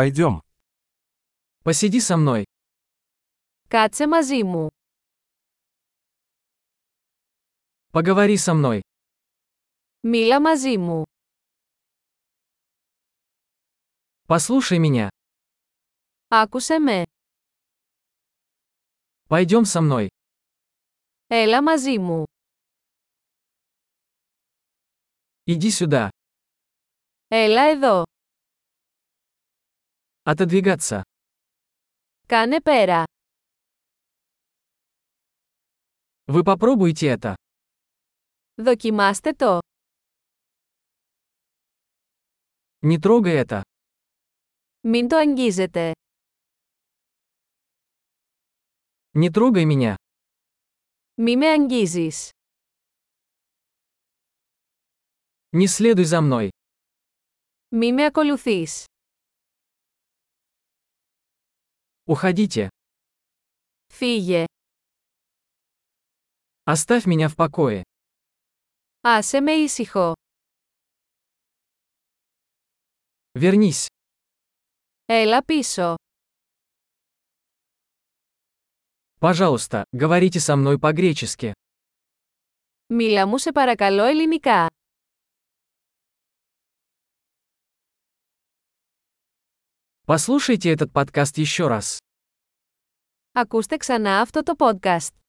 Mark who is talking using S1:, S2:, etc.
S1: Пойдем.
S2: Посиди со мной.
S3: Κάτσε μαζί μου.
S2: Поговори со мной.
S3: Μίλα μαζί μου.
S2: Послушай меня.
S3: Άκουσε με.
S2: Пойдем со мной.
S3: Έλα μαζί μου.
S2: Иди сюда.
S3: Έλα εδώ.
S2: Отодвигаться.
S3: Κάνε πέρα.
S2: Вы попробуйте это.
S3: Δοκιμάστε το.
S2: Не трогай это.
S3: Μην το αγγίζετε.
S2: Не трогай меня.
S3: Μη με αγγίζεις.
S2: Не следуй за мной.
S3: Μη με ακολουθείς.
S2: Уходите.
S3: Φύγε.
S2: Оставь меня в покое.
S3: Άσε με ήσυχο.
S2: Вернись.
S3: Έλα πίσω.
S2: Пожалуйста, говорите со мной по-гречески.
S3: Μίλα μου σε παρακαλώ ελληνικά.
S2: Послушайте этот подкаст еще раз.
S3: Ακούστε ξανά αυτό το podcast.